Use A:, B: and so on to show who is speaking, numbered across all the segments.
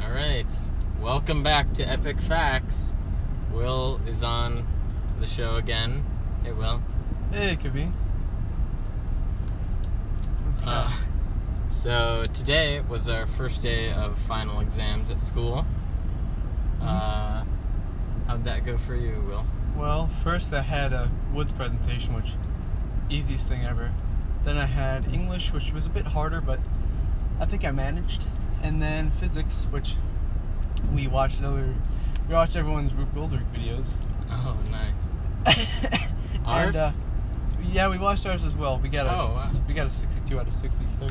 A: All right. Welcome back to Epic Facts. Will is on the show again. Hey, Will.
B: Hey, Kaveen.
A: Uh, so today was our first day of final exams at school.
B: Mm-hmm.
A: Uh, how'd that go for you, Will?
B: Well, first I had a woods presentation, which easiest thing ever. Then I had English, which was a bit harder, but I think I managed. And then physics, which we watched other, we watched everyone's Rube Goldberg videos.
A: Oh, nice. Ours?
B: And, uh, yeah, we watched ours as well. We got a
A: Oh,
B: s-
A: wow.
B: we got a 62 out of 66.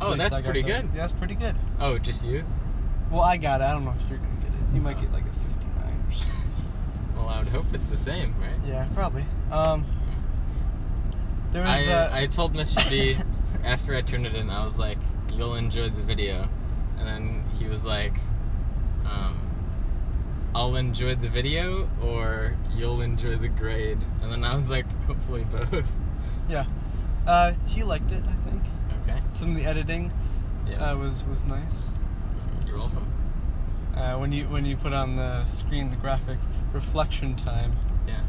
B: At
A: Oh,
B: least I
A: that's
B: got
A: pretty
B: the-
A: good.
B: Yeah, that's pretty good.
A: Oh, just you?
B: Well, I got it. I don't know if you're gonna get it. You might
A: Oh.
B: get like a 59 or something.
A: Well, I would hope it's the same, right?
B: Yeah, probably. Um, there was.
A: I,
B: uh,
A: I told Mr. D after I turned it in, I was like, you'll enjoy the video. And then he was like, um, I'll enjoy the video or you'll enjoy the grade. And then I was like, hopefully both.
B: yeah, uh, he liked it. I think
A: Okay.
B: some of the editing
A: Yeah.
B: uh, was was nice.
A: You're welcome.
B: Uh, when you when you put on the screen the graphic reflection time,
A: Yeah.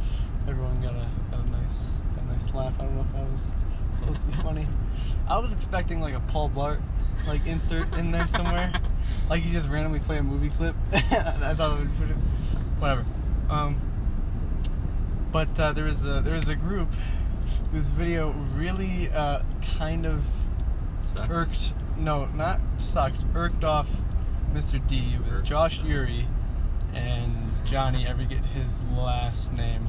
B: everyone got a, got a nice got a nice laugh. I don't know if that was supposed to be funny. I was expecting like a Paul Blart like insert in there somewhere, like you just randomly play a movie clip. I thought that would be pretty. Whatever. Um, but uh, there was a there was a group whose video really uh, kind of
A: Sucks.
B: irked no not sucked irked off Mr. D. It was
A: Irked.
B: Josh Uri and Johnny. Ever get his last name?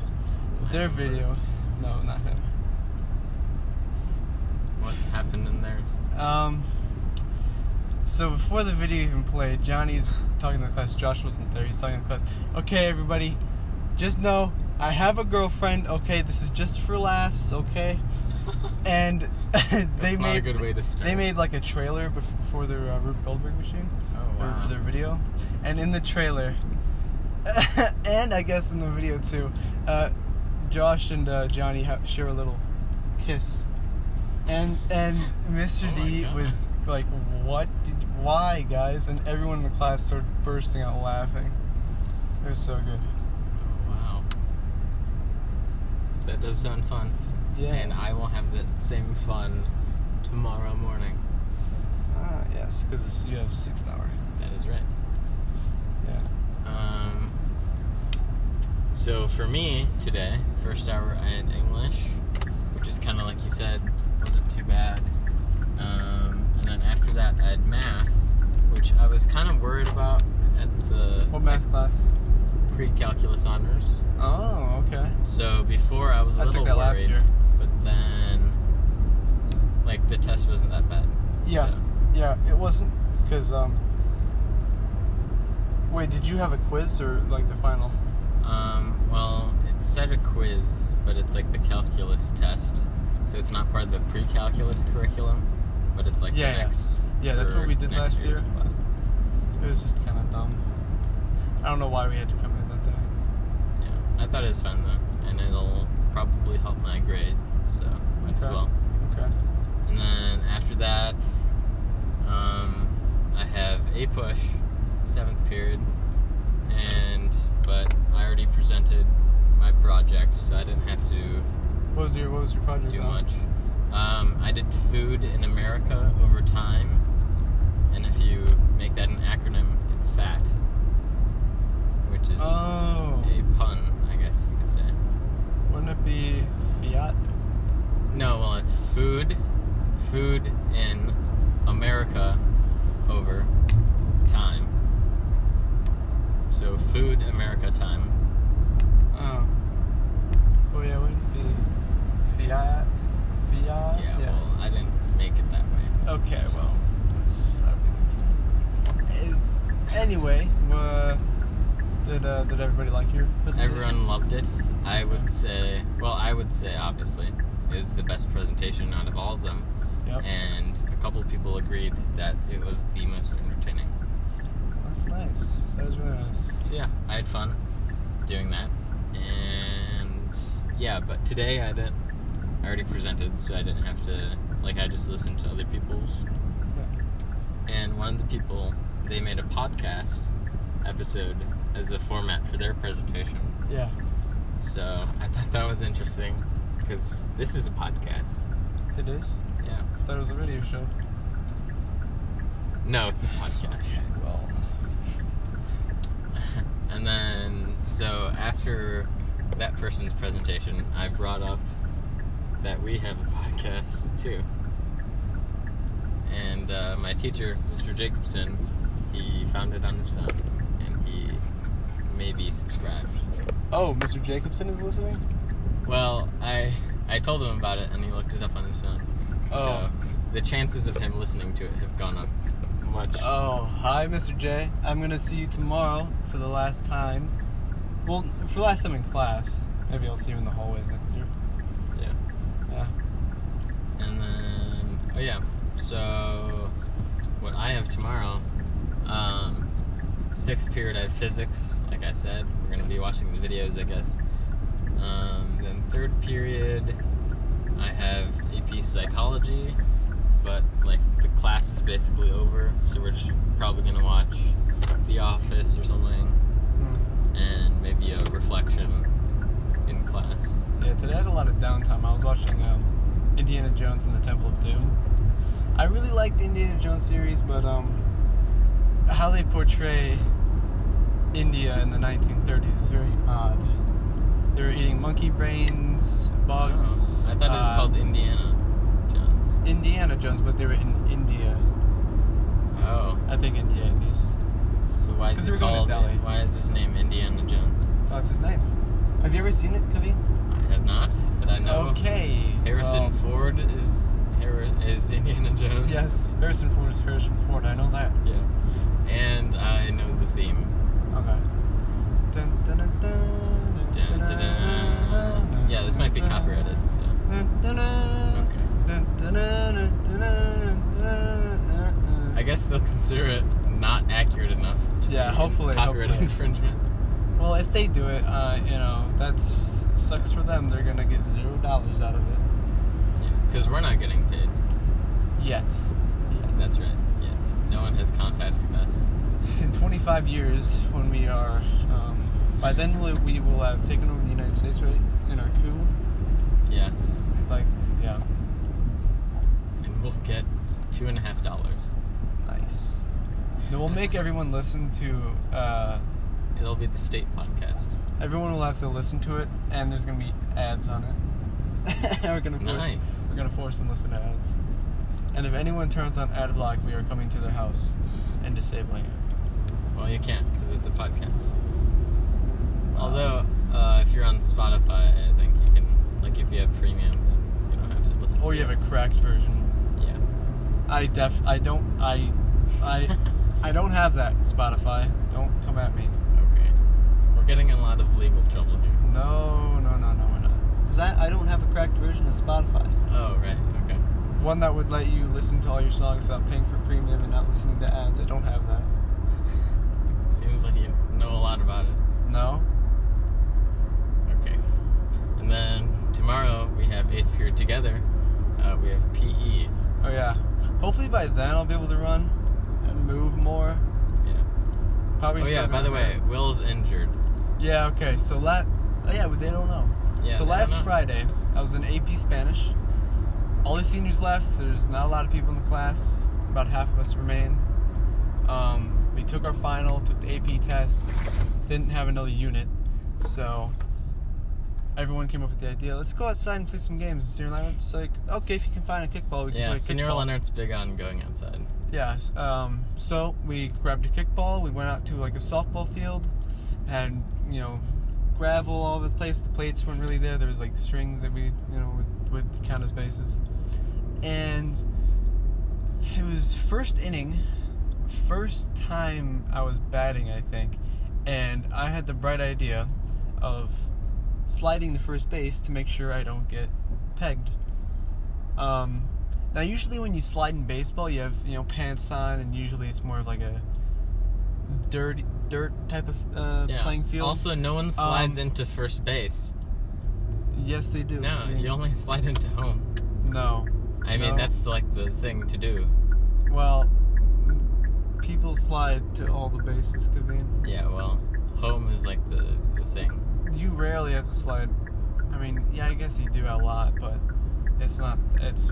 B: But their video, no, not him.
A: What happened in theirs?
B: Um, so before the video even played, Johnny's talking to the class. Josh wasn't there. He's talking to the class. Okay, everybody, just know I have a girlfriend. Okay, this is just for laughs. Okay, and they
A: That's
B: made
A: not a good way to start.
B: they made like a trailer bef- before their uh, Rube Goldberg machine,
A: Oh,
B: their-
A: wow.
B: their, video, and in the trailer, and I guess in the video too, uh, Josh and uh, Johnny ha- share a little kiss, and and Mr.
A: Oh my
B: D
A: God.
B: was like, "What? Did, why, guys?" And everyone in the class started bursting out laughing. It was so good.
A: Oh, wow. That does sound fun.
B: Yeah.
A: And I will have that same fun tomorrow morning.
B: Ah, yes, because you have sixth hour.
A: That is right.
B: Yeah.
A: Um, so for me today, first hour I had English, which is kind of like you said, wasn't too bad. Um, and then after that I had math, which I was kind of worried about at the
B: What math class?
A: pre-calculus honors.
B: Oh, okay.
A: So before I was a
B: I took
A: little
B: that
A: worried,
B: last year.
A: but then like the test wasn't that bad.
B: Yeah.
A: So,
B: Yeah, it wasn't because um. Wait, did you have a quiz or like the final?
A: Um, well, it said a quiz, but it's like the calculus test. So it's not part of the pre calculus curriculum, but it's like
B: Yeah,
A: the
B: yeah.
A: next.
B: Yeah, that's
A: for
B: what we did
A: next
B: last
A: year's
B: year.
A: class.
B: It was just kind of dumb. I don't know why we had to come in that day.
A: Yeah. I thought it was fun though, and it'll probably help my grade, so might as
B: Okay.
A: well.
B: Okay.
A: And then after that, um, I have a push, seventh period, and but I already presented my project, so I didn't have to
B: What was your What was your project?
A: do
B: on?
A: much. Um, I did food in America over time, and if you make that an acronym, it's FAT, which is
B: Oh,
A: a pun, I guess you could say.
B: wouldn't it be Fiat?
A: No, well, it's food, food in America over time. So food America time.
B: Oh. Oh yeah, wouldn't it be Fiat? Fiat.
A: Yeah, well, uh, I didn't make it that way.
B: Okay, well, that's that Eh, Anyway, uh, did uh, did everybody like your presentation?
A: Everyone loved it. I would say, well, I would say obviously it was the best presentation out of all of them,
B: Yep.
A: and a couple of people agreed that it was the most entertaining.
B: That's nice. That was really nice.
A: So yeah, I had fun doing that, and yeah, but today I didn't. I already presented, so I didn't have to. Like, I just listened to other people's. And one of the people, they made a podcast episode as the format for their presentation.
B: Yeah.
A: So I thought that was interesting because this is a podcast.
B: It is.
A: Yeah.
B: I thought it was a radio show.
A: No, it's a podcast.
B: Well.
A: and then so after that person's presentation, I brought up that we have a podcast too. And uh, my teacher, Mr. Jacobson, he found it on his phone and he maybe subscribed.
B: Oh, Mr. Jacobson is listening.
A: Well, I I told him about it and he looked it up on his phone.
B: Oh.
A: So the chances of him listening to it have gone up much.
B: Oh, hi, Mr. J. I'm gonna see you tomorrow for the last time. Well, for the last time in class. Maybe I'll see you in the hallways next year.
A: Yeah.
B: Yeah.
A: And then, oh yeah. So, what I have tomorrow, um, sixth period, I have physics. Like I said, we're gonna be watching the videos, I guess. Um, then third period, I have AP psychology, but like the class is basically over, so we're just probably gonna watch The Office or something,
B: Hmm.
A: and maybe a reflection in class.
B: Yeah. Today I had a lot of downtime. I was watching um, Indiana Jones and the Temple of Doom. I really liked the Indiana Jones series, but um, how they portray India in the 1930s is very odd. They were eating monkey brains,
A: Oh,
B: bugs.
A: I, don't know. I thought it was
B: uh,
A: called Indiana Jones.
B: Indiana Jones, but they were in India.
A: Oh,
B: I think India at least.
A: so why is
B: 'Cause
A: he
B: they were going
A: called?
B: to Delhi.
A: Why is his name Indiana Jones?
B: That's his name. Have you ever seen it, Kaveen?
A: I have not, but I know
B: Okay.
A: Harrison
B: well,
A: Ford is Har- is Indiana Jones.
B: Yes, Harrison Ford is Harrison Ford. I know that.
A: Yeah. And I know the theme.
B: Okay. Dun, dun, dun, dun,
A: Dun, dun, dun. Yeah, this might be copyrighted. So.
B: Dun, dun, dun.
A: Okay.
B: Dun, dun, dun, dun, dun, dun, dun, dun.
A: I guess they'll consider it not accurate enough. To
B: Yeah,
A: be
B: hopefully,
A: Copyright
B: hopefully.
A: infringement.
B: Well, if they do it, uh, you know, that's sucks for them. They're gonna get zero dollars out of it.
A: Because we're not getting paid.
B: Yet. Yet.
A: That's right. Yeah. No one has contacted us.
B: in 25 years when we are um, by then we'll, we will have taken over the united states right in our coup
A: Yes.
B: like yeah
A: And we'll get two and a half dollars.
B: nice and we'll make everyone listen to uh,
A: It'll be the state podcast.
B: everyone will have to listen to it and there's gonna be ads on it we're gonna force
A: Nice.
B: we're gonna force them to listen to ads and if anyone turns on ad block we are coming to their house and disabling it
A: Well, you can't because it's a podcast. Although,
B: Um,
A: uh, if you're on Spotify, I think you can, like, if you have premium, then you don't have to listen.
B: or
A: to
B: Oh, you have
A: it.
B: a cracked version
A: Yeah.
B: I def I don't I I I don't have that Spotify. Don't come at me.
A: Okay. We're getting in a lot of legal trouble here.
B: No, no, no, no, we're not. Cause I, I don't have a cracked version of Spotify.
A: Oh, right. Okay.
B: One that would let you listen to all your songs without paying for premium and not listening to ads. I don't have that.
A: Seems like you know a lot about it.
B: No.
A: Okay. And then tomorrow we have eighth period together. Uh, we have PE.
B: Oh yeah. Hopefully by then I'll be able to run and move more.
A: Yeah.
B: Probably.
A: Oh yeah.
B: start
A: By the way,
B: running.
A: Will's injured.
B: Yeah. Okay. So last. Oh yeah, but they don't know.
A: Yeah, they
B: so
A: don't
B: last
A: know.
B: Friday, I was in AP Spanish. All the seniors left. There's not a lot of people in the class. About half of us remain. Um, we took our final, took the AP test. Didn't have another unit, so everyone came up with the idea: let's go outside and play some games. And Senior Leonard's like, okay, if you can find a kickball, we can
A: Yeah.
B: play
A: Senior
B: kickball.
A: Leonard's big on going outside.
B: Yeah. s- Um, so we grabbed a kickball. We went out to like a softball field, and you know, gravel all over the place. The plates weren't really there. There was like strings that we you know would, would count as bases. And it was first inning, first time I was batting, I think, and I had the bright idea of sliding the first base to make sure I don't get pegged. Um, now, usually when you slide in baseball, you have you know pants on, and usually it's more of like a dirty dirt type of uh, playing field.
A: Also, no one slides
B: Um,
A: into first base.
B: Yes, they do.
A: No,
B: I mean,
A: you only slide into home.
B: No.
A: I mean,
B: No.
A: that's like the thing to do.
B: Well, people slide to all the bases, Kaveen.
A: Yeah, well, home is like the, the thing.
B: You rarely have to slide. I mean, yeah, I guess you do a lot, but it's not. It's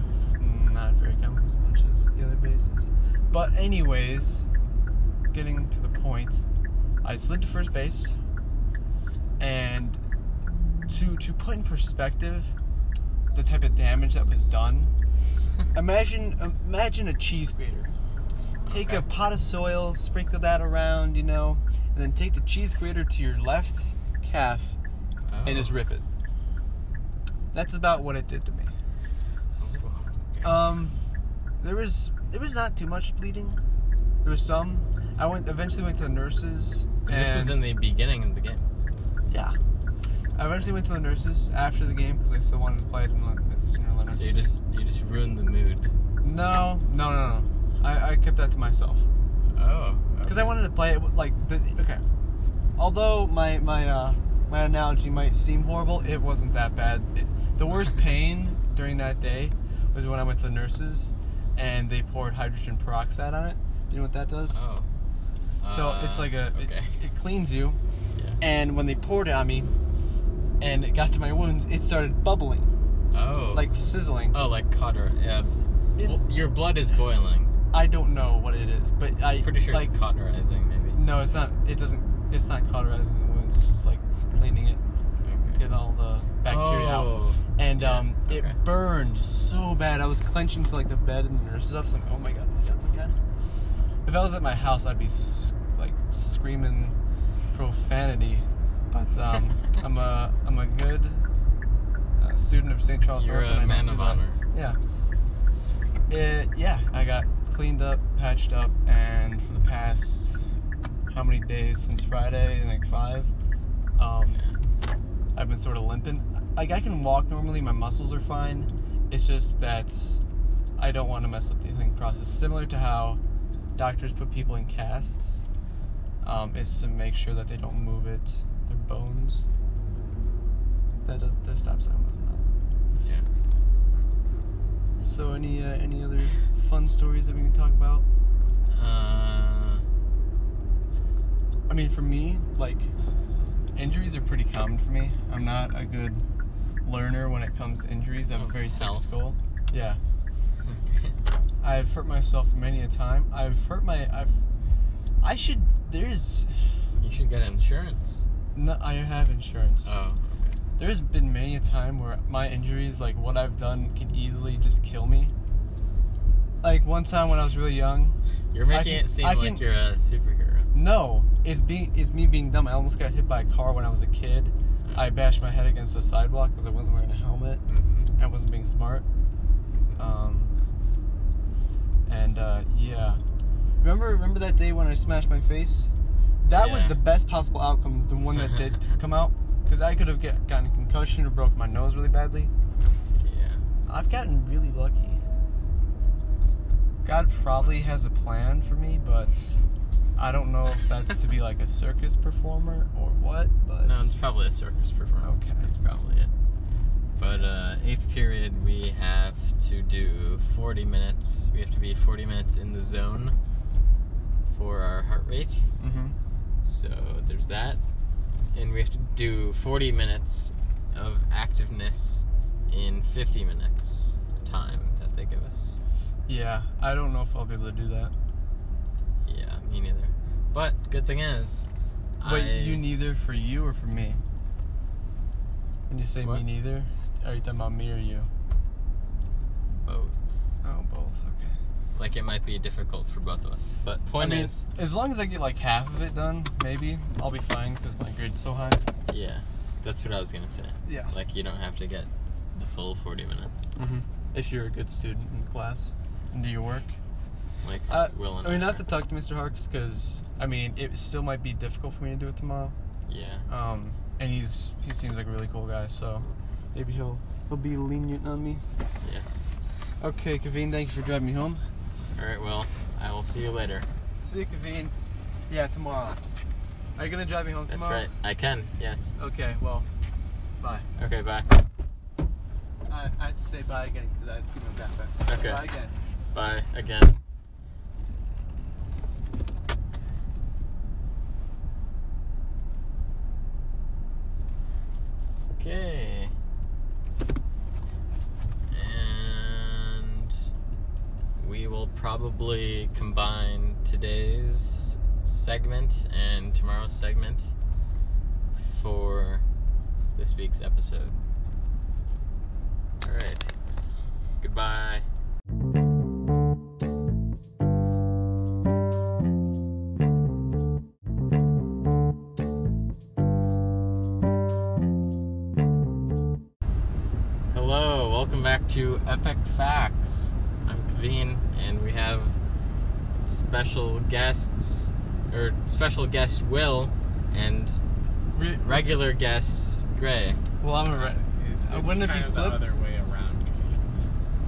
B: not very common as much as the other bases. But anyways, getting to the point, I slid to first base, and to to put in perspective the type of damage that was done. Imagine imagine a cheese grater. Take a
A: Okay.
B: pot of soil, sprinkle that around, you know, and then take the cheese grater to your left calf and
A: Oh,
B: just rip it. That's about what it did to me.
A: Ooh, okay.
B: Um, there was there was not too much bleeding. There was some. I went eventually went to the nurses.
A: And this was in
B: and-
A: the beginning of the game.
B: yeah. I eventually went to the nurses after the game because I still wanted to play it and let, sooner or later.
A: So you just you just ruined the mood.
B: no no no no. I, I kept that to myself.
A: Oh.
B: because
A: okay.
B: I wanted to play it with, like the, okay. Although my my uh, my analogy might seem horrible, it wasn't that bad. It, the worst pain during that day was when I went to the nurses and they poured hydrogen peroxide on it. You know what that does?
A: Oh.
B: so
A: Uh,
B: it's like a it-
A: Okay.
B: it, cleans you.
A: Yeah.
B: And when they poured it on me, and it got to my wounds, it started bubbling,
A: oh.
B: like sizzling.
A: Oh, like cauter. Yeah.
B: It-
A: Well, your blood is boiling.
B: I don't know what it is, but I
A: I'm pretty sure
B: like
A: it's cauterizing, maybe.
B: no, it's not. It doesn't. It's not cauterizing the wounds. It's just like cleaning it.
A: Okay.
B: get all the bacteria out.
A: Oh.
B: And
A: Yeah,
B: um,
A: okay.
B: it burned so bad. I was clenching to like the bed and the nurse's office. I'm oh my god, oh my god, oh my god. If I was at my house, I'd be s- like screaming profanity. But um, I'm a I'm a good uh, student of St. Charles
A: You're
B: North,
A: a
B: and I
A: man
B: don't
A: of
B: do that.
A: honor.
B: Yeah. It, yeah, I got cleaned up, patched up, and for the past how many days since Friday? Like five. Um, I've been sort of limping. Like I can walk normally, my muscles are fine. It's just that I don't want to mess up the healing process. Similar to how doctors put people in casts, um, is to make sure that they don't move it, their bones. That does. Their stop sign wasn't up.
A: Yeah.
B: So any uh, any other fun stories that we can talk about?
A: Uh,
B: I mean, for me, like injuries are pretty common for me. I'm not a good learner when it comes to injuries. I have a
A: Of
B: very thick
A: health.
B: skull. Yeah, I've hurt myself many a time. I've hurt my. I've. I should. There's.
A: you should get insurance.
B: No, I have insurance.
A: Oh.
B: There's been many a time where my injuries, like what I've done, can easily just kill me. Like one time when I was really young,
A: You're making
B: can-
A: it seem
B: I
A: like
B: can-
A: you're a superhero.
B: No, it's being it's me being dumb. I almost got hit by a car when I was a kid.
A: Oh.
B: I bashed my head against the sidewalk because I wasn't wearing a helmet.
A: Mm-hmm.
B: I wasn't being smart. Um, and uh, yeah, remember remember that day when I smashed my face? That was
A: Yeah.
B: the best possible outcome, the one that did come out, because I could have get, gotten concussion or broke my nose really badly.
A: Yeah.
B: I've gotten really lucky. God probably has a plan for me, but I don't know if that's to be like a circus performer or what. But
A: No, it's probably a circus performance.
B: Okay.
A: That's probably it. But uh, eighth period, we have to do 40 minutes. We have to be 40 minutes in the zone for our heart rate.
B: Mhm.
A: So there's that. And we have to do 40 minutes of activeness in 50 minutes time that they give us.
B: yeah, I don't know if I'll be able to do that.
A: Yeah, me neither. But good thing is,
B: Wait,
A: I-
B: you neither for you or for me? When you say
A: What?
B: me neither, are you talking about me or you?
A: both.
B: Oh, both. Okay.
A: Like it might be difficult for both of us. But
B: I
A: point
B: mean,
A: is,
B: as long as I get like half of it done, maybe I'll be fine because my grade's so high.
A: yeah, that's what I was gonna say.
B: Yeah.
A: Like you don't have to get the full 40 minutes.
B: Mm-hmm. If you're a good student in the class and do your work.
A: Like
B: Uh,
A: Will and
B: I mean, I have
A: are.
B: to talk to Mr. Harks because I mean, it still might be difficult for me to do it tomorrow.
A: Yeah.
B: Um, and he's he seems like a really cool guy, so maybe he'll he'll be lenient on me.
A: Yes.
B: Okay, Kaveen, thank you for driving me home.
A: All right. Well, I will see you later.
B: See you, Kaveen. Yeah, tomorrow. Are you gonna drive me home
A: That's
B: tomorrow? Uh.
A: right. I can. Yes.
B: Okay, well, bye.
A: Okay. Bye.
B: I, I have to say bye again because I have to keep my backpack.
A: Okay.
B: Bye again.
A: Bye again. Okay. And we will probably combine today's segment and tomorrow's segment for this week's episode. All right. Goodbye. Hello, welcome back to Epic Facts. I'm Kaveen, and we have special guests, or special guest Will, and
B: Re-
A: regular guest Gray.
B: well, I'm a. Re- uh,
C: It's
B: wouldn't it be
C: kind of
B: flips?
C: the other way around.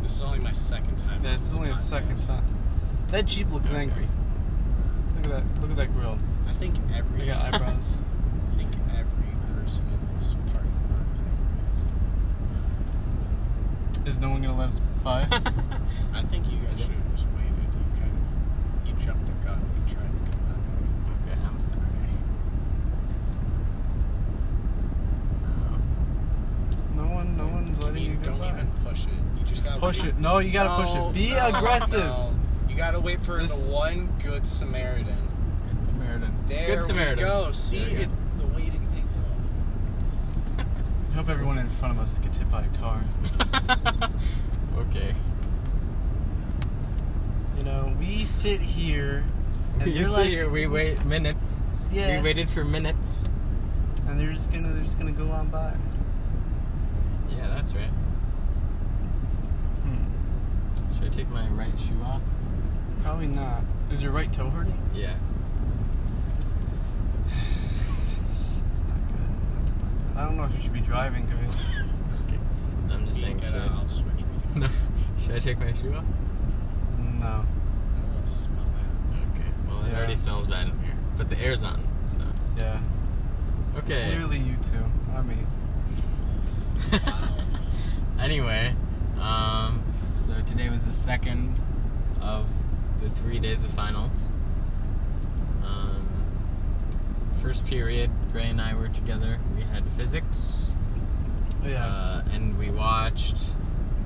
C: This is only my second time. on
B: That's
C: this
B: only a
C: podcast.
B: second time. That Jeep looks
C: Okay.
B: angry. Look at that. Look at that grill.
C: I think every.
B: They got eyebrows.
C: I think every person in this parking lot is angry.
B: Is no one gonna let us by?
C: I think you guys should have just waited. You kind of you jumped the gun and tried to come out.
A: Okay, I'm sorry. Um,
B: No one. No one's letting
C: Um, you
B: you go
C: don't
B: by.
C: even push it. You just gotta
B: Push
C: wait.
B: it. No, you gotta push
C: No,
B: it. Be
C: no, Oh,
B: aggressive.
C: no. You gotta wait for
B: This-
C: the one good Samaritan.
B: Samaritan.
C: There
A: Good Samaritan.
C: we go. See
A: There you
C: it.
A: go.
C: The waiting pays off.
B: I hope everyone in front of us gets hit by a car.
A: okay.
B: You know, we sit here and
A: you
B: they're
A: see,
B: like,
A: here we wait minutes.
B: yeah,
A: We waited for minutes.
B: and they're just gonna they're just gonna go on by.
A: Yeah, that's right.
B: Hmm.
A: Should I take my right shoe off?
B: Probably not. Is your right toe hurting?
A: Yeah.
B: It's, it's not good. That's not good. I don't know if you should be driving, Kavil.
A: Okay. I'm just saying.
C: Get
A: Should
C: out.
A: I,
C: I'll switch with you.
A: no. should I take my shoe off?
B: No.
C: I want to smell that.
A: Okay. Well, it
B: Yeah.
A: already smells bad in here, but the air's on, so
B: Yeah.
A: okay.
B: Clearly you two. I mean,
A: anyway, um, so today was the second of the three days of finals. Um, first period, Gray and I were together. We had physics,
B: yeah.
A: uh, and we watched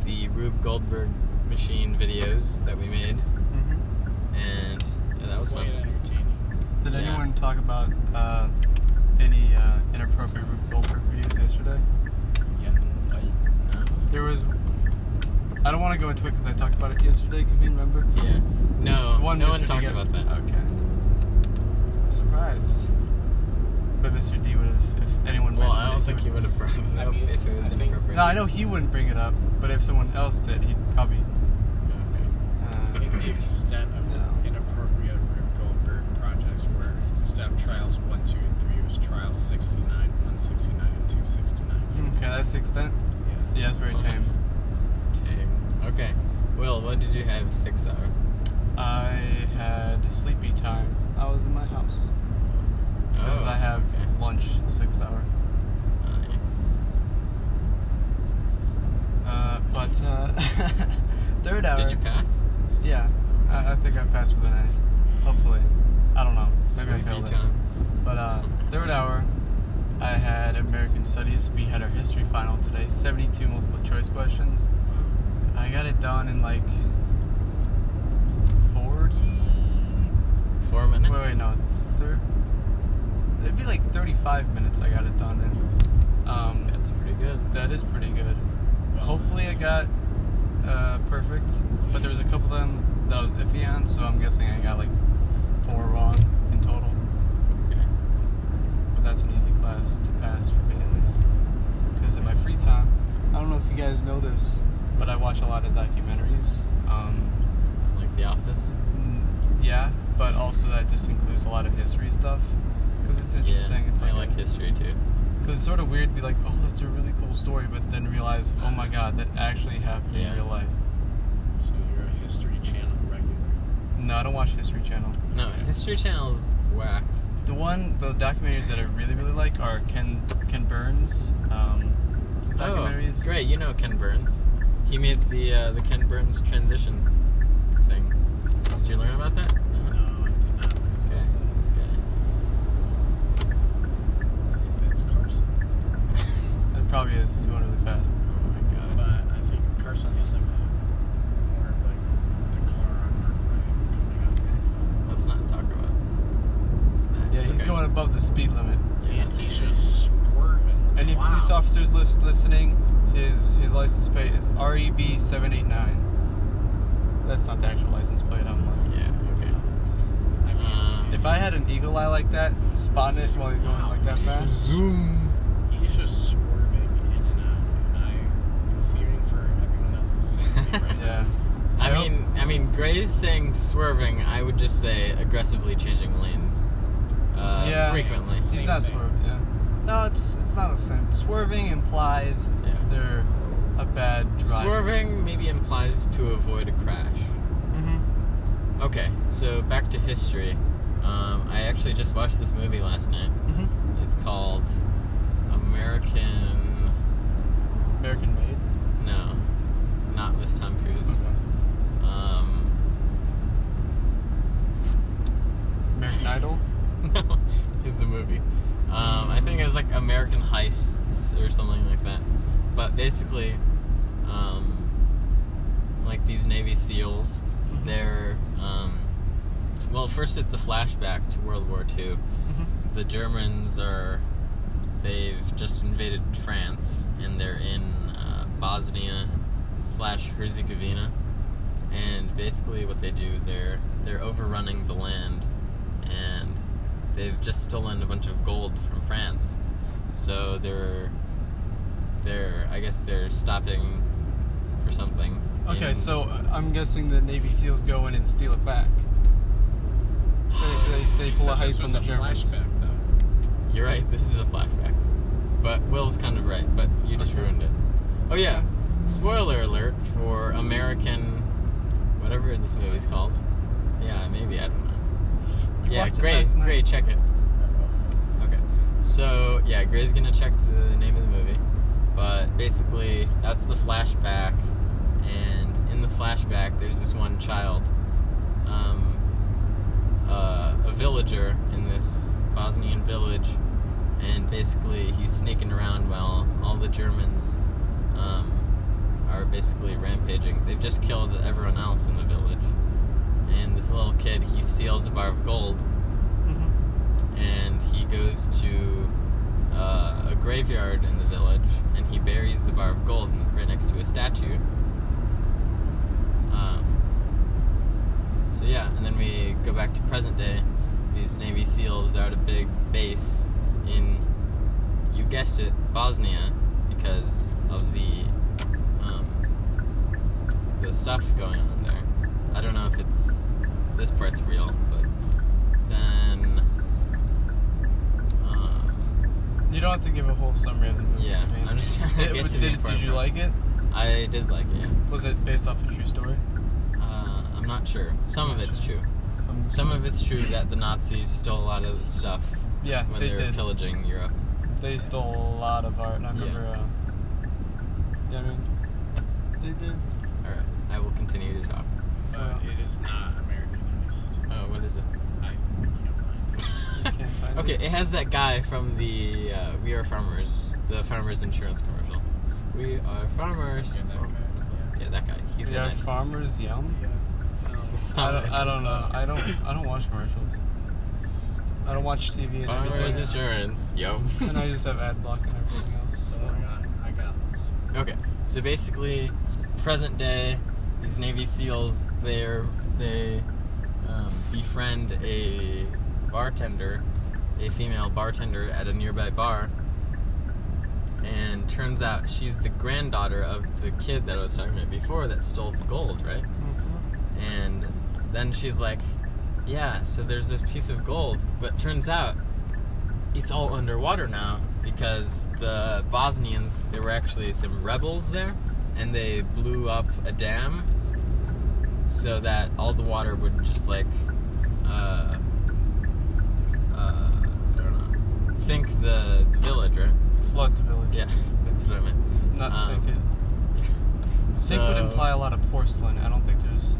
A: the Rube Goldberg machine videos that we made,
B: hmm
A: and yeah, that was
C: Quite
A: fun.
C: entertaining.
B: Did
A: yeah.
B: anyone talk about uh, any uh, inappropriate Goldberg videos yesterday?
C: Yeah.
A: Uh,
B: There was. I don't want to go into it because I talked about it yesterday. Can you remember?
A: yeah. No,
B: The one
A: no
B: Mr.
A: one
B: D
A: talked
B: got-
A: about that.
B: Okay. I'm surprised. But Mr. D would have, if anyone
A: Well,
B: mentioned
A: I don't
B: it,
A: think he would have brought it
C: I
A: up
C: mean,
A: if it was
C: I think-
A: inappropriate.
B: No, I know he wouldn't bring it up, but if someone else did, he'd probably.
A: Okay.
C: I
B: Uh,
C: think the extent of
B: No.
C: the inappropriate Rube Goldberg projects were step trials 1, 2, and 3. It was trial 69, 169, and 269.
B: Hmm, okay, that's the extent.
C: Yeah.
B: Yeah, that's very tame.
A: Tame. Okay. Will, what did you have six hour?
B: I had sleepy time. I was in my house because I have
A: Oh, okay.
B: lunch sixth hour.
A: Nice.
B: Uh, but uh, third hour.
A: Did you pass?
B: Yeah, I, I think I passed with an A. Hopefully, I don't know. Maybe I
A: Sleepy
B: failed it.
A: time.
B: But uh, third hour, I had American Studies. We had our history final today. Seventy-two multiple choice questions. I got it done in like forty.
A: Four minutes.
B: Wait, wait, no, thir- It'd be like thirty-five minutes. I got it done in. Um,
A: That's pretty good.
B: that is pretty good. Hopefully, I got uh, perfect. But there was a couple of them that I was iffy on, so I'm guessing I got like four wrong in total.
A: Okay.
B: But that's an easy class to pass for me at least. Because in my free time, I don't know if you guys know this, but I watch a lot of documentaries. Um,
A: Like the office.
B: mm, yeah, but also that just includes a lot of history stuff. Because it's interesting.
A: Yeah,
B: it's
A: I like history too.
B: Because it's sort of weird to be like, oh, that's a really cool story, but then realize, oh my god, that actually happened
A: Yeah.
B: in real life.
C: So you're a History Channel regular.
B: No, I don't watch History Channel.
A: No,
C: Yeah.
A: History Channel's whack.
B: The one, the documentaries that I really, really like are Ken Ken Burns um,
A: Oh,
B: documentaries. is.
A: Great, you know Ken Burns. He made the uh, the Ken Burns transition thing. Did you learn about that?
C: No, I did not.
A: Okay, this guy.
C: I think that's Carson.
B: It probably is. He's going really fast.
A: Oh my
C: But
A: god.
C: I think Carson has like a more like the car on our right coming up.
A: Let's not talk about. that.
B: Yeah, he's
A: Okay.
B: going above the speed limit.
A: Yeah.
C: And he's just swerving.
B: Any
C: wow.
B: police officers lis- listening, his his license plate is REB seven eight nine. That's not the actual license plate. I'm like,
A: Yeah. Okay.
C: I mean,
A: Um,
B: if I had an eagle eye like that, spotting it while he's going like that fast.
A: Zoom.
C: He's just swerving in and out, and I am fearing for everyone else's safety. Right now.
B: Yeah.
A: I
B: Yep.
A: mean, I mean, Gray's saying swerving. I would just say aggressively changing lanes. Uh,
B: Yeah.
A: Frequently.
B: He's
C: Same
B: not
C: thing.
B: swerving. Yeah. No, it's it's not the same. Swerving implies
A: Yeah.
B: they're a bad driver.
A: Swerving maybe implies to avoid a crash.
B: Mm-hmm.
A: Okay, so back to history. Um, I actually just watched this movie last night.
B: Mm-hmm.
A: It's called American.
B: American made.
A: No, not with Tom Cruise. Um,
B: American Idol.
A: no, it's a movie. Um, I think it was like American Heists or something like that. But basically, um, like these Navy SEALs,
B: Mm-hmm.
A: they're. Um, well, first it's a flashback to World War II.
B: Mm-hmm.
A: the Germans are they've just invaded France and they're in uh, Bosnia slash Herzegovina and basically what they do they're they're overrunning the land and they've just stolen a bunch of gold from France so they're they're I guess they're stopping for something
B: Okay,
A: in-
B: so uh, I'm guessing the Navy SEALs go in and steal it back. They, they, they
C: You
B: pull a
C: said this
B: heist on
C: was
B: the
C: a
B: Germans.
C: Flashback, though.
A: You're right. This is a flashback. But Will's kind of right. But you just ruined it. Oh yeah. Spoiler alert for American, whatever this movie's called. Yeah, maybe I don't know.
B: You
A: yeah,
B: watched it
A: great,
B: last night.
A: great. Check it. Okay. So yeah, Gray's gonna check the name of the movie, but basically that's the flashback, and in the flashback there's this one child, um, uh, a villager in this Bosnian village, and basically he's sneaking around while all the Germans um, are basically rampaging. They've just killed everyone else in the village, and this little kid he steals a bar of gold
B: Mhm.
A: and he goes to uh, a graveyard in the village and he buries the bar of gold n- right next to a statue. Um, so, yeah, and then we go back to present day. These Navy SEALs, they're at a big base in, you guessed it, Bosnia because of the, um, the stuff going on there. I don't know if it's, this part's real, but then um,
B: You don't have to give a whole summary of the movie.
A: yeah,
B: I mean,
A: I'm just trying to
B: it
A: get
B: was,
A: to the
B: did, did
A: important
B: you
A: part.
B: like it?
A: I did like it. yeah.
B: Was it based off a true story?
A: Uh, I'm not sure. Some of it's true.
B: Some,
A: Some of it's true that the Nazis stole a lot of stuff
B: yeah,
A: when
B: they
A: they, were
B: did.
A: pillaging Europe.
B: They stole a lot of art, and I
A: Yeah.
B: remember. Uh, yeah, I mean, they did. uh,
A: All right, I will continue to talk.
C: But it is not Americanized.
A: Oh, what is it?
C: I can't find it.
B: can't find
A: okay,
B: it.
A: it has that guy from the uh, We Are Farmers, the farmers insurance commercial. We are farmers. Oh, Yeah,
C: Okay, that guy,
A: that guy. He's
B: They
A: in
B: are
A: it.
B: farmers yum.
C: yeah.
A: It's not
B: I don't, I
A: right.
B: don't know. I don't. I don't watch commercials. I don't watch TV and
A: Farmers
B: everything.
A: insurance. Yo.
B: and I just have ad block and everything else.
C: Oh my god, I got this.
A: Okay, so basically, present day, these Navy SEALs, they're they um, befriend a bartender, a female bartender at a nearby bar, and turns out she's the granddaughter of the kid that I was talking about before that stole the gold, right? And then she's like, "Yeah, so there's this piece of gold, but turns out it's all underwater now because the Bosnians there were actually some rebels there, and they blew up a dam so that all the water would just like, uh, uh, I don't know, sink the village, right?
B: Flood the village.
A: Yeah, that's what I meant.
B: No, Not
A: Um,
B: sick. It. Sick would
A: so-
B: imply a lot of porcelain. I don't think there's.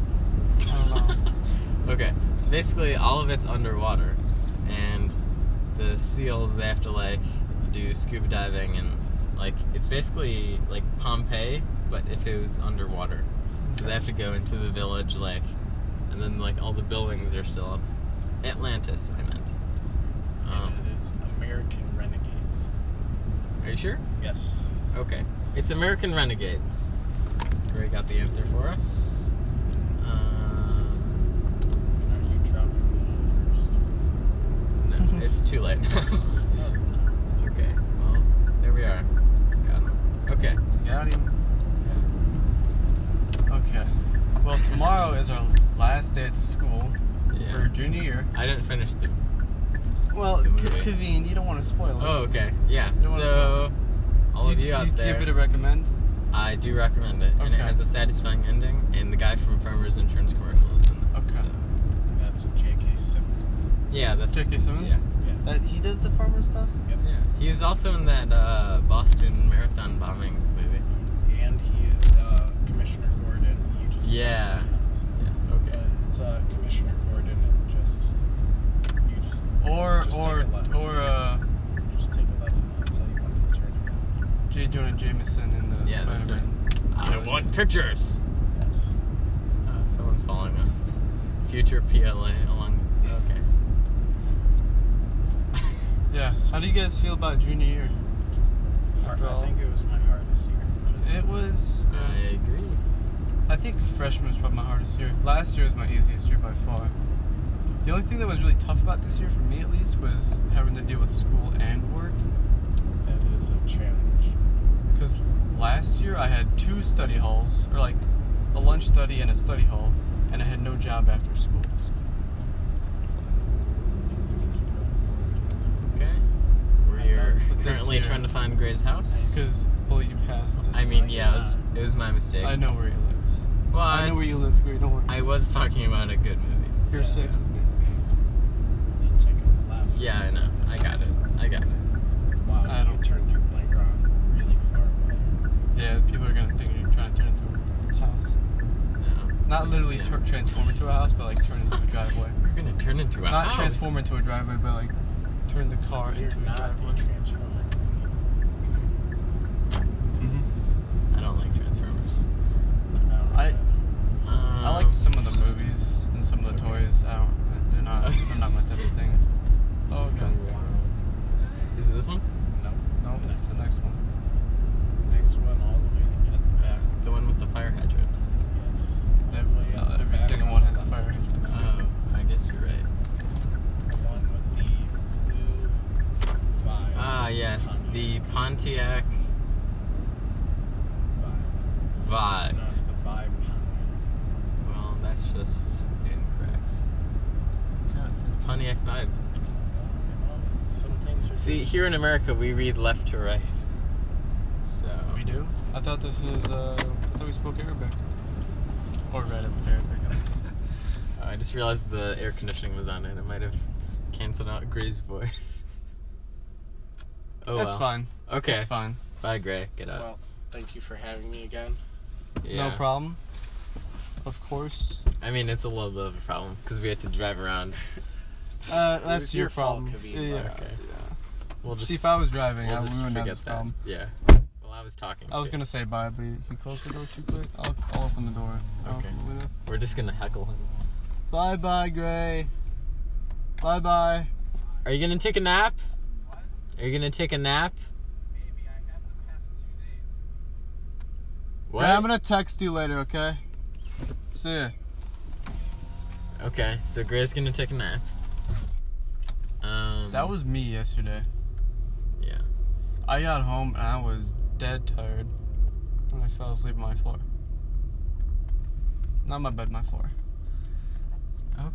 B: I don't know.
A: okay, so basically all of it's underwater, and the seals they have to like do scuba diving and like it's basically like Pompeii, but if it was underwater. So they have to go into the village like, and then like all the buildings are still up. Atlantis, I meant.
C: and
A: Um,
C: it is American Renegades.
A: are you sure?
C: Yes.
A: Okay. It's American Renegades. Gray got the answer for us. Um,
C: Are you dropping me
A: no, it's too late.
C: off first? No, it's not.
A: okay. Well, there we are. Got him. Okay.
B: Got him. Okay. Well, tomorrow is our last day at school
A: Yeah.
B: for junior year.
A: I didn't finish the.
B: Well,
A: Good
B: K-
A: movie.
B: Kaveen, you don't want to spoil it.
A: Oh, okay. Yeah.
B: You don't wanna
A: So, all of you,
B: you
A: out there,
B: Give it a recommend.
A: I do recommend it, and it
B: Okay.
A: has a satisfying ending. And the guy from Farmers Insurance commercial is in it.
B: Okay.
A: so-
C: That's J.K. Simpson.
A: Yeah, that's
B: J.K. Simmons?
A: Yeah.
C: Yeah.
B: That he does the farmer stuff.
C: Yep.
A: He was also in that uh, Boston Marathon bombing movie.
C: And he is uh, Commissioner Gordon. You just
A: Yeah. Yeah.
C: Uh,
A: Okay.
C: it's uh, Commissioner Gordon and Justice. League. You just
B: Or
C: Just
B: or
C: take a left.
B: or uh,
C: just take a left and I'll tell you when to turn around.
B: J. Jonah Jameson in the
A: Yeah, that's
B: Spider-Man.
A: I want Uh, pictures.
C: Yes.
A: Uh, someone's following us. Future PLA along. Okay.
B: Yeah. How do you guys feel about junior year? After
C: I
B: all-
C: think it was my hardest year. Just,
B: It was. uh,
A: I agree.
B: I think freshman was probably my hardest year. Last year was my easiest year by far. The only thing that was really tough about this year, for me at least, was having to deal with school and work.
C: that is a challenge.
B: Because last year I had two study halls, or like a lunch study and a study hall, and I had no job after school.
C: You can keep going.
A: Okay. We are
B: But this
A: currently
B: year-
A: trying to find Gray's house.
B: Because, well, you passed it.
A: I mean, yeah, it was, it was my mistake.
B: I know where he lives.
A: But
B: I know where you live, Great. Don't worry.
A: I was talking about a good movie.
B: You're safe with me.
C: Then take a left.
A: Yeah, I know. I got it. I got it.
C: Wow,
B: I don't-
C: you turned your blinker on really far away.
B: Yeah, people are gonna think you're trying to turn into a house.
A: No.
B: Not literally
A: Yeah.
B: tur transform into a house, but like turn into a driveway.
A: You're gonna turn into a
B: Not
A: house.
B: transform into a driveway, but like turn the car
C: You're
B: into a
C: not
B: driveway.
C: a transformer.
A: I don't like Transformers.
C: No,
B: I-
A: Um,
B: I liked some of the movies and some of the
A: okay.
B: toys. I don't. They're not. They're not my type of thing. Oh,
A: She's
B: okay.
A: coming back. Is it this one?
C: no.
B: No, that's the next one.
C: Next one all the way at the back.
A: Uh, The one with the fire hydrant.
C: Yes.
B: They-
C: All the way at
B: uh,
C: the
B: every
C: back.
B: single one has a fire hydrant.
A: Oh, I guess you're right.
C: The one with the blue vibe.
A: Ah, yes, the
C: Pontiac
A: Pontiac
C: vibe. It's the-
A: Vibe.
C: No, it's the vibe Pontiac.
A: Well, that's just incorrect. No, it says Pontiac Vibe.
C: Well, Some things are
A: See,
C: just-
A: here in America, we read left to right. So.
B: We do. I thought this was. Uh, I thought we spoke Arabic. Or read it Arabic. I guess.
A: Oh, I just realized the air conditioning was on and it might have canceled out Gray's voice. Oh,
B: that's
A: well.
B: fine.
A: Okay.
B: That's fine.
A: Bye, Gray. Get out.
C: Well, thank you for having me again.
A: Yeah.
B: No problem. Of course.
A: I mean, it's a little bit of a problem because we had to drive around.
B: Uh,
C: It
B: that's
C: was
B: your,
C: your fault,
B: problem.
C: Kaveen.
B: Yeah, yeah.
A: Okay. We'll just,
B: See, if I was driving,
A: we'll
B: I
A: just
B: wouldn't
A: forget
B: have
A: that.
B: this problem.
A: Yeah. Well, I was talking.
B: I was
A: too.
B: gonna say bye, but he he closed the door too quick. I'll, I'll open the door. I'll
A: Okay.
B: open the window.
A: We're just gonna heckle him.
B: Bye, bye, Gray. Bye, bye.
A: Are you gonna take a nap? Are you gonna take a nap? What?
B: Gray, I'm gonna text you later, okay? See ya.
A: Okay, so Gray's gonna take a nap. Um.
B: That was me yesterday.
A: Yeah.
B: I got home and I was dead tired when I fell asleep on my floor. Not my bed, my floor.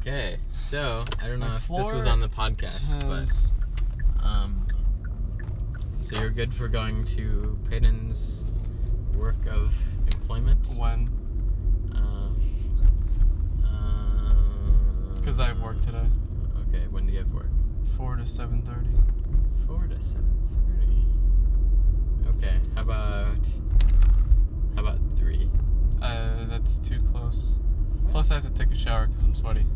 A: Okay, so I don't know
B: My
A: if this was
B: floor
A: on the podcast,
B: Has-
A: but um, so you're good for going to Peyton's work of employment. Uh,
B: when?
A: Because
B: Because I have work today,
A: Okay, when do you have work?
B: four to seven thirty.
A: Four to seven thirty. Okay, how about
B: Uh, must have to take a shower because I'm sweaty.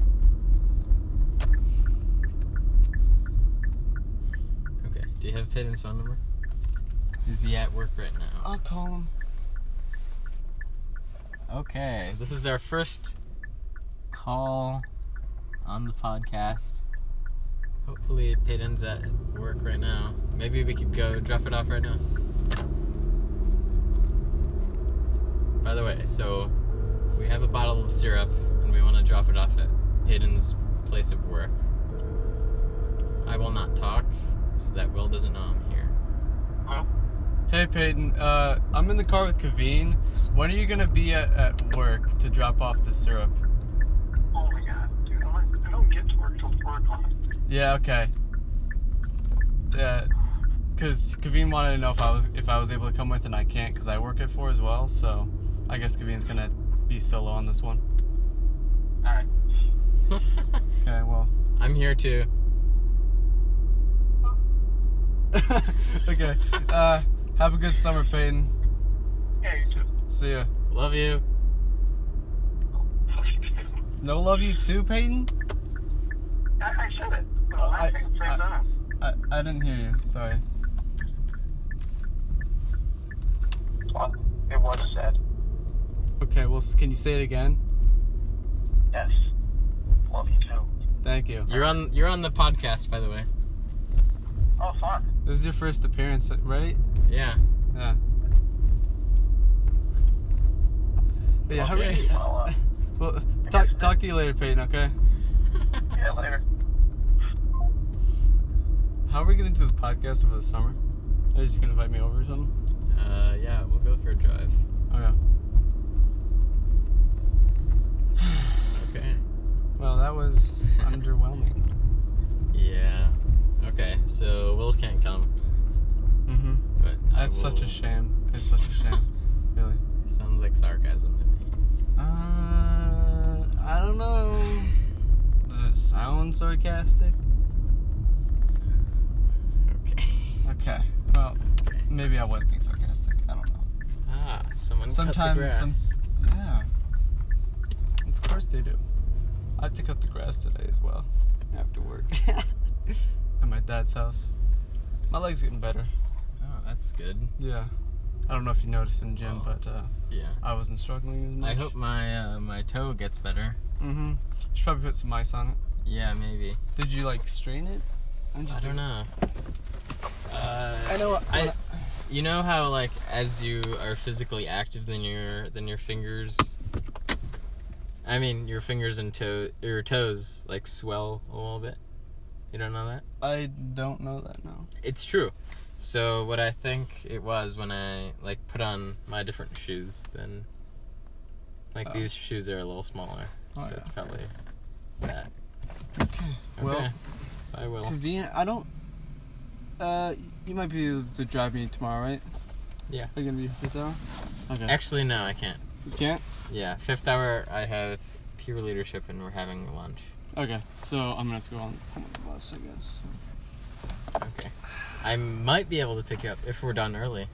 A: Okay. Do you have Payton's phone number? Is he at work right now?
B: I'll call him.
A: Okay. This is our first call on the podcast. Hopefully, Payton's at work right now. Maybe we could go drop it off right now. By the way, so we have a bottle of syrup and we want to drop it off at Payton's place of work. I will not talk so that Will doesn't know I'm here.
B: Hey Peyton, uh, I'm in the car with Kaveen. When are you gonna be at, at work to drop off the syrup?
D: Oh my god, dude, I'm like, I don't get to work till 4 o'clock.
B: Yeah, okay. Yeah, Uh, cause Kaveen wanted to know if I was if I was able to come with, and I can't cause I work at four as well. So I guess Kaveen's gonna be solo on this one.
D: Alright.
B: Okay, well.
A: I'm here too.
B: okay. Uh, have a good summer, Peyton.
D: Yeah, you too.
B: See ya.
A: Love you.
B: No love you too, Peyton.
D: I, I said it. The
B: Oh,
D: last
B: I-
D: thing said
B: I-
D: that.
B: I, I didn't hear you. Sorry.
D: Well, it was said.
B: Okay. Well, s- can you say it again?
D: Yes. Love you too.
B: Thank you.
A: You're on you're on the podcast by the way.
D: Oh, fun.
B: This is your first appearance, right?
A: Yeah.
B: Yeah. But yeah,
A: Okay.
B: hurry.
D: Well, uh,
B: Well, talk, talk to you later, Peyton. Okay.
A: Uh,
D: yeah, later.
B: How are we gonna do the podcast over the summer? Are you just gonna invite me over or something?
A: Uh yeah, we'll go for a drive.
B: Okay.
A: Okay.
B: Well, that was underwhelming.
A: Yeah. Okay, so Will can't come,
B: Mm-hmm.
A: but I
B: That's such a
A: will-
B: shame. It's such a shame. really.
A: Sounds like sarcasm to me.
B: Uh, I don't know. Does it sound sarcastic?
A: Okay.
B: Okay. Well,
A: Okay.
B: maybe I was being sarcastic. I don't know.
A: Ah, someone cut the
B: Sometimes some-
A: grass.
B: Yeah. Of course they do. I had to cut the grass today as well. After work. At my dad's house. My leg's getting better.
A: Oh, that's good.
B: Yeah. I don't know if you noticed in gym,
A: Oh.
B: but uh,
A: Yeah.
B: I wasn't struggling as much.
A: I hope my uh, my toe gets better.
B: Mm-hmm. Should probably put some ice on it.
A: Yeah, maybe.
B: Did you like strain it? How'd you
A: I
B: do
A: don't
B: it?
A: know. Uh,
B: I know. what-
A: I, you know how like as you are physically active, then your then your fingers. I mean, your fingers and toe, your toes like swell a little bit. You don't know that?
B: I don't know that now.
A: It's true. So what I think it was when I like put on my different shoes, then like
B: Oh.
A: these shoes are a little smaller,
B: Oh,
A: so
B: yeah.
A: it's probably that.
B: Okay. Well,
A: Okay. I will.
B: convenient. I don't. Uh, you might be able to drive me tomorrow, right?
A: Yeah.
B: Are you gonna be here fifth hour? Okay.
A: Actually, no, I can't.
B: you can't.
A: Yeah, fifth hour. I have pure leadership, and we're having lunch.
B: Okay. So I'm gonna have to go on home on the bus, I guess.
A: Okay. I might be able to pick you up if we're done early.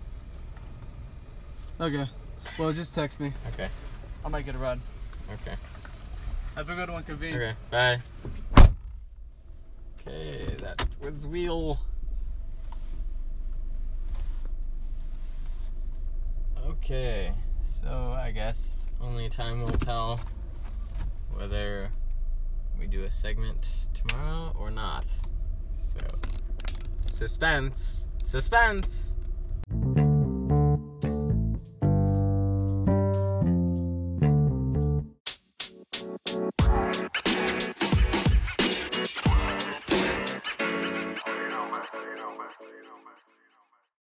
B: Okay. Well, just text me.
A: Okay.
B: I might get a ride.
A: Okay.
B: Have a good one, convenient.
A: Okay. Bye. Okay, that was wheel. Okay, so I guess only time will tell whether we do a segment tomorrow or not. So suspense, suspense.